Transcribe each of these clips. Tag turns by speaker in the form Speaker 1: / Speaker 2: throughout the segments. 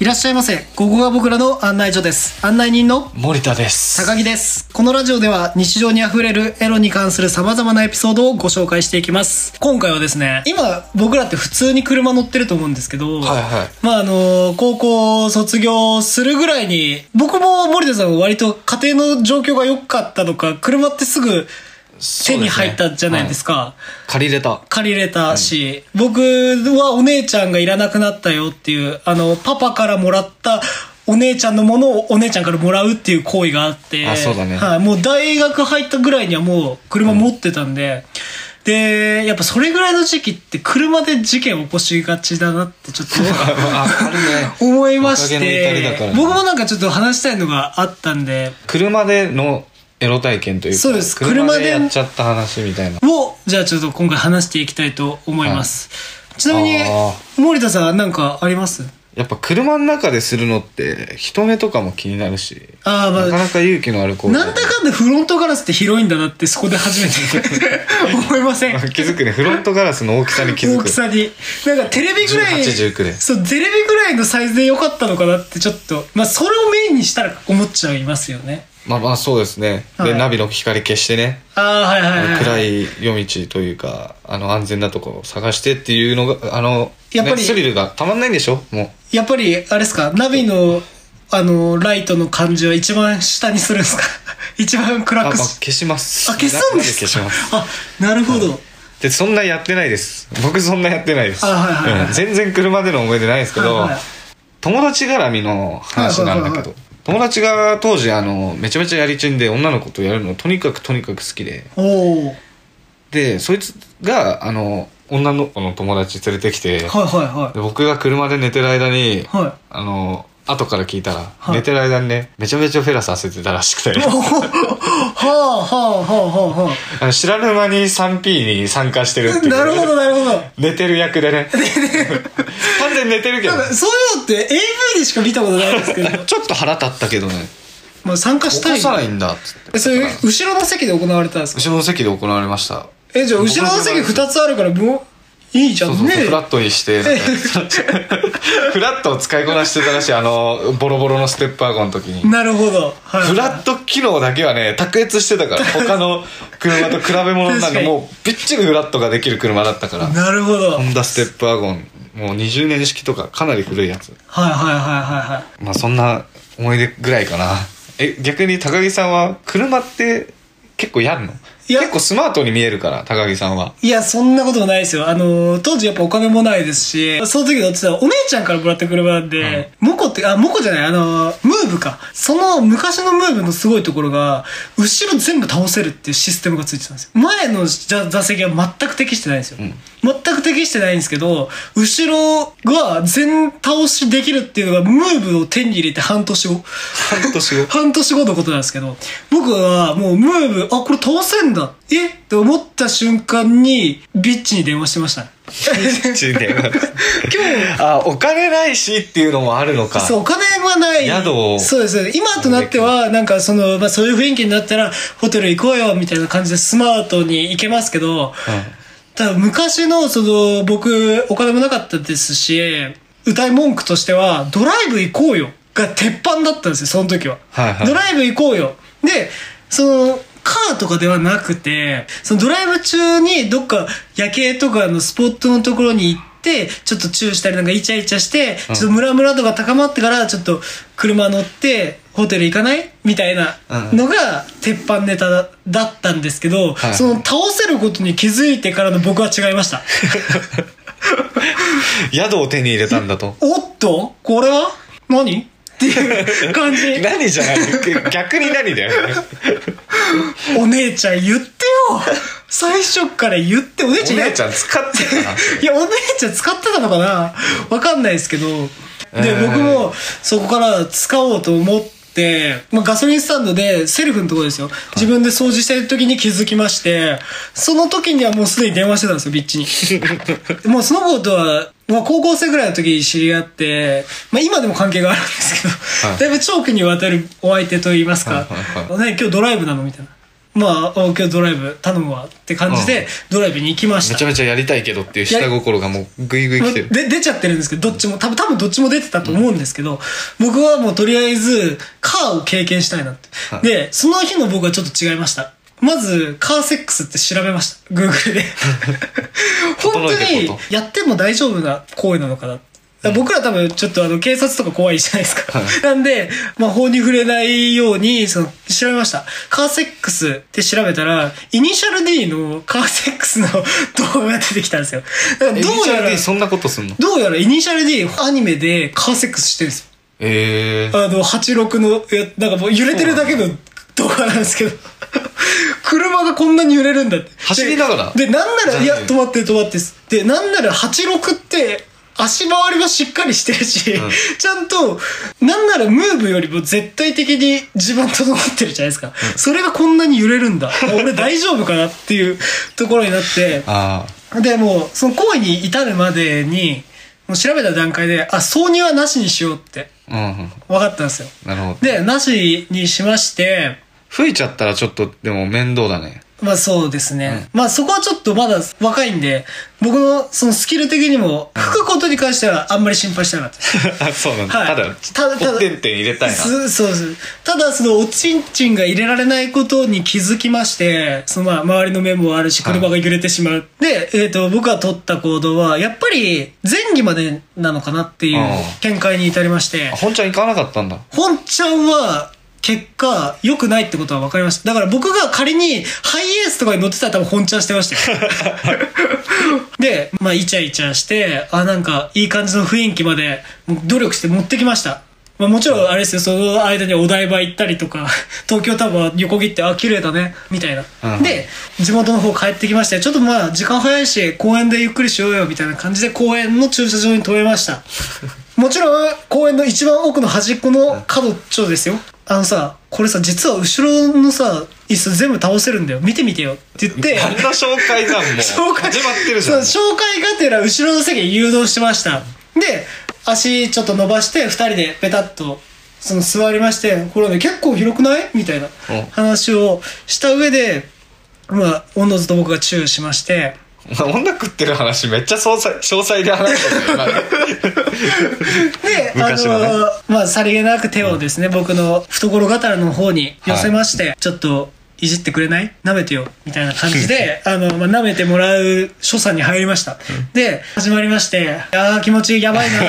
Speaker 1: いらっしゃいませ。ここが僕らの案内所です。案内人の
Speaker 2: 森田です。
Speaker 1: 高木です。このラジオでは日常に溢れるエロに関する様々なエピソードをご紹介していきます。今回はですね、今僕らって普通に車乗ってると思うんですけど、
Speaker 2: はいはい。
Speaker 1: まああの、高校卒業するぐらいに、僕も森田さんも割と家庭の状況が良かったのか、車ってすぐ手に入ったじゃないです
Speaker 2: か。
Speaker 1: か。
Speaker 2: はい借りれた。
Speaker 1: 借りれたし、僕はお姉ちゃんがいらなくなったよっていう、あの、パパからもらったお姉ちゃんのものをお姉ちゃんからもらうっていう行為があって、
Speaker 2: あそうだね
Speaker 1: はい、もう大学入ったぐらいにはもう車持ってたんで、で、やっぱそれぐらいの時期って車で事件起こしがちだなってち ょっと
Speaker 2: あ、ある ね。
Speaker 1: 思いまし
Speaker 2: おかげの至りだ
Speaker 1: て
Speaker 2: から、ね
Speaker 1: 僕もなんかちょっと話したいのがあったんで、
Speaker 2: 車でのエロ体験というか。
Speaker 1: そうです
Speaker 2: 車で
Speaker 1: 車で
Speaker 2: やっちゃった話みたいな。
Speaker 1: を、じゃあちょっと今回話していきたいと思います。ちなみに
Speaker 2: あー、
Speaker 1: 森田さんなんかあります
Speaker 2: やっぱ車の中でするのって、人目とかも気になるし。
Speaker 1: あーまあ
Speaker 2: なかなか勇気のある行為。
Speaker 1: なんだかんだフロントガラスって広いんだなってそこで初めて 思いません
Speaker 2: 気づくね。フロントガラスの大きさに気づ
Speaker 1: 大
Speaker 2: く
Speaker 1: き。さになんかテレビぐらい
Speaker 2: 18 19で
Speaker 1: そうテレビぐらいのサイズで良かったのかなってちょっとまあそれをメインにしたら思っちゃいますよね
Speaker 2: まあまあそうですね。
Speaker 1: は
Speaker 2: で、
Speaker 1: い
Speaker 2: ナビの光消してね。
Speaker 1: ああはいはいはい
Speaker 2: 暗い夜道というか、あの安全なとこを探してっていうのが、あの、
Speaker 1: やっぱり
Speaker 2: ねスリルがたまんないんでしょもう。
Speaker 1: やっぱりあれですかナビのあのライトの感じは一番下にするんですか 一番
Speaker 2: あ、ま
Speaker 1: 暗
Speaker 2: あ
Speaker 1: くし
Speaker 2: 消します。
Speaker 1: あ消すんですか
Speaker 2: 消します。
Speaker 1: あなるほど、
Speaker 2: でそんなやってないです僕そんなやってないです、
Speaker 1: あはいはいはい
Speaker 2: うん全然車での思い出ないですけど、
Speaker 1: はいはい
Speaker 2: 友達絡みの話なんだけど、
Speaker 1: はいはいはいはい
Speaker 2: 友達が当時あのめちゃめちゃやりちんで女の子とやるのとにかくとにかく好きで
Speaker 1: おおはい
Speaker 2: でそいつがあの女の子の友達連れてきて、
Speaker 1: はいは
Speaker 2: で僕が車で寝てる間に、
Speaker 1: いはい
Speaker 2: あの後から聞いたら、
Speaker 1: はい
Speaker 2: 寝てる間にねめちゃめちゃフェラさせてたらしくて
Speaker 1: おはあ はあはあはあはあ
Speaker 2: あの知らぬ間に 3P に参加してるっていう
Speaker 1: なるほど、なるほど。
Speaker 2: 寝てる役で ね完全に寝てるけど
Speaker 1: なんかそういうのって AV でしか見たことないですけ ど、
Speaker 2: ちょっと腹立ったけどね
Speaker 1: まあ参加し
Speaker 2: 起
Speaker 1: た
Speaker 2: こ
Speaker 1: い。
Speaker 2: さないんだっつって
Speaker 1: え、それ、後ろの席で行われたんですか
Speaker 2: 後ろの席で行われました
Speaker 1: え、じゃあ後ろの席2つあるから、もう、いいじゃん
Speaker 2: そ
Speaker 1: ね
Speaker 2: うそうそう、フラットにしてなんか フラットを使いこなしてたらしいあのボロボロのステップワゴンの時に
Speaker 1: なるほど。はい
Speaker 2: フラット機能だけはね卓越してたから他の車と比べ物なん
Speaker 1: 確か
Speaker 2: で
Speaker 1: に
Speaker 2: もうびっちりフラットができる車だったから
Speaker 1: なるほど。は
Speaker 2: ホ
Speaker 1: い
Speaker 2: ンダステップワゴンもう20年式とかかなり古いやつ
Speaker 1: はいはいはいはい。
Speaker 2: まあそんな思い出ぐらいかな。え、逆に高木さんは車って結構やるの
Speaker 1: いや
Speaker 2: 結構スマートに見えるから、高木さんは。
Speaker 1: いや、そんなことないですよ。あのー、当時やっぱお金もないですし、その時乗ってたお姉ちゃんからもらった車なんで、モコって、あ、モコじゃない、あのー、ムーブか。その昔のムーブのすごいところが、後ろ全部倒せるっていうシステムがついてたんですよ。前の座座席は全く適してないんですよ。全く適してないんですけど、後ろが全倒しできるっていうのが、ムーブを手に入れて半年後。
Speaker 2: 半年後。
Speaker 1: 半年後のことなんですけど、僕はもうムーブ、あ、これ倒せんだ。えって思った瞬間に、ビッチに電話してましたね。
Speaker 2: 1年今日。あ、お金ないしっていうのもあるのか。
Speaker 1: そう、お金はない。
Speaker 2: 宿を
Speaker 1: そうですね。今となっては、なんかその、まあそういう雰囲気になったら、ホテル行こうよ、みたいな感じでスマートに行けますけど、
Speaker 2: う
Speaker 1: ただ昔の、その、僕、お金もなかったですし、歌い文句としては、ドライブ行こうよが鉄板だったんですよ、その時は。
Speaker 2: はいはい
Speaker 1: ドライブ行こうよ。で、その、カーとかではなくて、そのドライブ中にどっか夜景とかのスポットのところに行って、ちょっとチューしたりなんかイチャイチャして、
Speaker 2: ん
Speaker 1: ちょっとムラムラ度が高まってから、ちょっと車乗って、ホテル行かないみたいな
Speaker 2: うん
Speaker 1: のが鉄板ネタだだったんですけど、
Speaker 2: はい
Speaker 1: その倒せることに気づいてからの僕は違いま した。
Speaker 2: ん。宿を手に入れたんだと。
Speaker 1: おっとこれは何っていう 感じ。
Speaker 2: 何じゃない逆に何だよね。
Speaker 1: お姉ちゃん言ってよ最初から言って、お姉
Speaker 2: お
Speaker 1: ちゃんや
Speaker 2: 姉ちゃん使ってたな。
Speaker 1: いや、お姉ちゃん使ってたのかなわかんないですけど。で、
Speaker 2: うん
Speaker 1: 僕もそこから使おうと思って、まあ、ガソリンスタンドでセルフのところですよ。自分で掃除してる時に気づきまして、その時にはもうすでに電話してたんですよ、ビッチに。 もうその子とは、まあ、高校生ぐらいの時に知り合って、まあ、今でも関係があるんですけど、
Speaker 2: はい
Speaker 1: だいぶ長期にわたるお相手といいますか、
Speaker 2: はいはい
Speaker 1: ね今日ドライブなのみたいな。まあ、お今日ドライブ頼むわって感じで、ドライブに行きまし
Speaker 2: めち
Speaker 1: た。
Speaker 2: ゃめちゃやりたいけどっていう下心がもうグイグイ
Speaker 1: ま
Speaker 2: 来
Speaker 1: あ
Speaker 2: て
Speaker 1: で
Speaker 2: る。
Speaker 1: 出ちゃってるんですけど、どっちも、多分、多分どっちも出てたと思うんですけど、僕はもうとりあえず、カーを経験したいなって。
Speaker 2: はい
Speaker 1: で、その日の僕はちょっと違いました。まず、カーセックスって調べました。Google で。本
Speaker 2: 整
Speaker 1: 当
Speaker 2: えていこ
Speaker 1: に
Speaker 2: うと、
Speaker 1: やっても大丈夫な行為なのかな。僕ら多分ちょっとあの警察とか怖いじゃないですか。
Speaker 2: はい
Speaker 1: なんで、まあ法に触れないように、その、調べました。カーセックスって調べたら、イニシャル D のカーセックスの動画が出てきたんですよ。だから
Speaker 2: え
Speaker 1: どうやら
Speaker 2: HRD、そんなことすんの
Speaker 1: どうやらイニシャル D アニメでカーセックスしてるんですよ。
Speaker 2: ええ
Speaker 1: あの、86の、いやなんかもう揺れてるだけの動画なんですけど。車がこんなに揺れるんだって。
Speaker 2: 走りながら
Speaker 1: で、でなんなら、い
Speaker 2: じゃ
Speaker 1: や
Speaker 2: あ、ね
Speaker 1: 止まって止まってです。で、なんなら86って、足回りはしっかりしてるし、
Speaker 2: ん
Speaker 1: ちゃんと、なんならムーブよりも絶対的に地盤整ってるじゃないですか。それがこんなに揺れるんだ。俺大丈夫かなっていうところになって。
Speaker 2: あ
Speaker 1: でもうその行為に至るまでにもう調べた段階であ挿入はなしにしようって
Speaker 2: あ、うんうん。
Speaker 1: 分かったんですよ
Speaker 2: なるほど。
Speaker 1: でなしにしまして
Speaker 2: 吹いちゃったらちょっとでも面倒だね。
Speaker 1: まあそうですね、まあそこはちょっとまだ若いんで僕のそのスキル的にも吹くことに関してはあんまり心配してなかったです
Speaker 2: あそうなんだ。
Speaker 1: はい
Speaker 2: ただ、
Speaker 1: ただただ
Speaker 2: ポッテンテン入れたいな。
Speaker 1: すそうですただそのおちんちんが入れられないことに気づきましてそのまあ周りの目もあるし
Speaker 2: はい
Speaker 1: 車が揺れてしまう、で、えー、と僕が取った行動はやっぱり前儀までなのかなっていう
Speaker 2: うん
Speaker 1: 見解に至りまして
Speaker 2: あ本ちゃん行かなかったんだ。
Speaker 1: 本ちゃんは結果良くないってことは分かりましただから僕が仮にハイエースとかに乗ってたら多分本ちゃんしてましたよ でまあイチャイチャしてあなんかいい感じの雰囲気までもう努力して持ってきましたまあもちろんあれですよ、その間にお台場行ったりとか、 東京タワー横切って、あ、綺麗だね、みたいな。
Speaker 2: うん
Speaker 1: で、地元の方帰ってきまして、ちょっとまあ時間早いし、公園でゆっくりしようよ、みたいな感じで公園の駐車場に止めました。もちろん、公園の一番奥の端っこの角っちょですよ。あのさ、これさ、実は後ろのさ、椅子全部倒せるんだよ。見てみてよ。って言って、
Speaker 2: あんな紹介じゃん、もう。
Speaker 1: 紹介
Speaker 2: 始まってるじゃん。
Speaker 1: そう紹介がてら後ろの席に誘導しましたで足ちょっと伸ばして2人でペタッとその座りまして「これね結構広くない?」みたいな
Speaker 2: うん
Speaker 1: 話をした上でまあおのずと僕がチューしまして
Speaker 2: お前女食ってる話めっちゃ詳細詳細で話してるよ
Speaker 1: で、あの
Speaker 2: 昔はね
Speaker 1: まあさりげなく手をですね、僕の懐刀の方に寄せまして、ちょっといじってくれない舐めてよみたいな感じであの、まあ、舐めてもらう所作に入りました、で始まりまして「ああ気持ちいいやばい な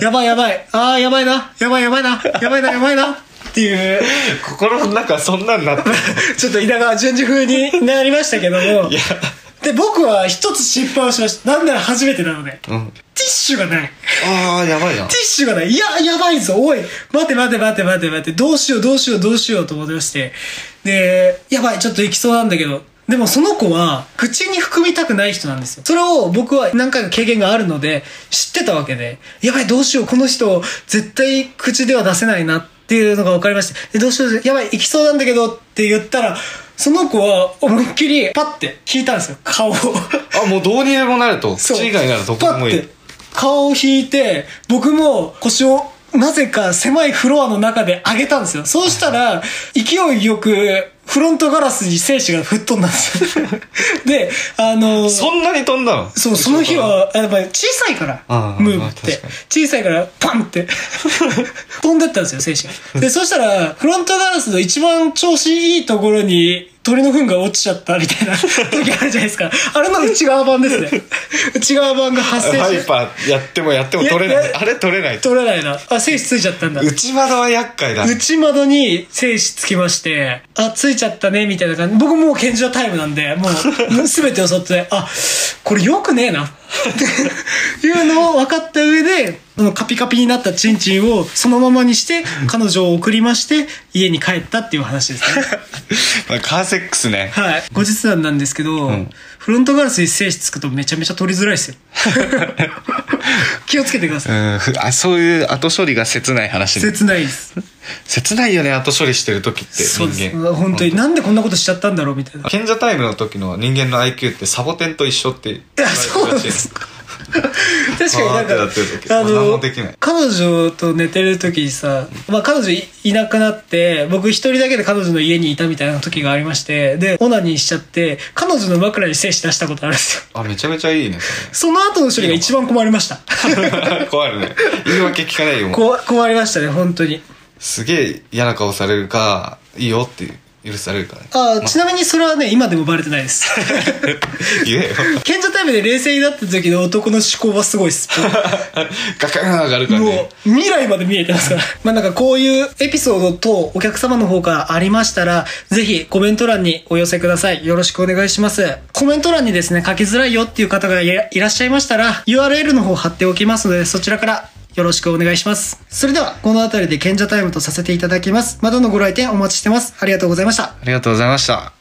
Speaker 1: やばいやばいああやばいなやばいやばいなやばいなやばいな」っていう
Speaker 2: 心の中そんなんなってる
Speaker 1: ちょっと稲川淳二風になりましたけども
Speaker 2: いや、
Speaker 1: で僕は一つ失敗をしましたなんなら初めてなのでティッ
Speaker 2: うん、
Speaker 1: シュがない
Speaker 2: ああやばいな
Speaker 1: ティッシュがない。いや、やばいぞ。おい、待て待て待て待て待て。どうしようどうしようどうしようと思ってまして。で、やばい、ちょっと行きそうなんだけど。でもその子は、口に含みたくない人なんですよ。それを僕は何回か経験があるので、知ってたわけで、やばい、どうしよう、この人、絶対口では出せないなっていうのが分かりまして、でどうしよう、やばい、行きそうなんだけどって言ったら、その子は思いっきりパッて聞いたんですよ、顔を。
Speaker 2: あもうどうにでもなると
Speaker 1: そう
Speaker 2: 口以外ならどこでもい
Speaker 1: パッ
Speaker 2: い
Speaker 1: て顔を引いて僕も腰をなぜか狭いフロアの中で上げたんですよそうしたら勢いよくフロントガラスに精子が吹っ飛んだん ですよであのー
Speaker 2: そんなに飛んだの
Speaker 1: そう、その日は、やっぱり小さいから
Speaker 2: あ、あ
Speaker 1: ムーブっ
Speaker 2: まあ
Speaker 1: て
Speaker 2: 確かに。
Speaker 1: 小さいから、パン って、飛んでったんですよ、精子が。で、そしたら、フロントガラスの一番調子いいところに、鳥の糞が落ちちゃったみたいな 時あるじゃないですか。あれの内側版ですね。内側版が発生
Speaker 2: ハイ
Speaker 1: して、
Speaker 2: パーやってもやっても取れ
Speaker 1: い
Speaker 2: な
Speaker 1: や
Speaker 2: い
Speaker 1: いや
Speaker 2: あれ取れない
Speaker 1: 取れないな。あ、精子ついちゃったんだ。
Speaker 2: 内窓は厄介だ
Speaker 1: 内窓に精子つきまして、あ、ついちゃったね、みたいな感じ。僕もう拳銃タイムなんで、もう、 すべてをそって、あ、これ良くねえな。っていうのを分かった上で、そのカピカピになったチンチンをそのままにして、彼女を送りまして、家に帰ったっていう話ですね。
Speaker 2: まあカーセックスね
Speaker 1: はい。後日談なんですけど、
Speaker 2: ん
Speaker 1: フロントガラスに精子つくとめちゃめちゃ取りづらいで すよ。気をつけてくだ
Speaker 2: う
Speaker 1: さい。
Speaker 2: んふあそういう後処理が切ない話ね
Speaker 1: 切ないです。
Speaker 2: 切ないよね後処理してる時って人
Speaker 1: そう
Speaker 2: 間
Speaker 1: です。本当に。なんでこんなことしちゃったんだろうみたいな。
Speaker 2: 賢者タイムの時の人間の IQ ってサボテンと一緒って言われてるら
Speaker 1: い
Speaker 2: しい
Speaker 1: やそうなんです 確かになん
Speaker 2: パー
Speaker 1: か
Speaker 2: ってやってる時何もできない
Speaker 1: 彼女と寝てる時にさ、まあ、彼女いいなくなって僕一人だけで彼女の家にいたみたいな時がありましてでオナニーしちゃって彼女の枕に精子出したことあるんですよ
Speaker 2: あめちゃめちゃいいねそ
Speaker 1: その後の処理が一番困りました
Speaker 2: れ 怖いね言い訳聞かないよもう
Speaker 1: こ困りましたね本当に
Speaker 2: すげえ嫌な顔されるかいいよって許されるからね
Speaker 1: あちなみにそれはね今でもバレてないです
Speaker 2: 言えよ
Speaker 1: 賢者タイムで冷静になった時の男の思考はすごいっす
Speaker 2: ガカーン上がるから
Speaker 1: もう
Speaker 2: ね
Speaker 1: 未来まで見えてますから。まあなんかこういうエピソード等お客様の方からありましたら、ぜひコメント欄にお寄せください。よろしくお願いします。コメント欄にですね、書きづらいよっていう方がいらいらっしゃいましたら、URL の方貼っておきますので、そちらからよろしくお願いします。それでは、この辺りで賢者タイムとさせていただきます。またのご来店お待ちしてます。ありがとうございました。
Speaker 2: ありがとうございました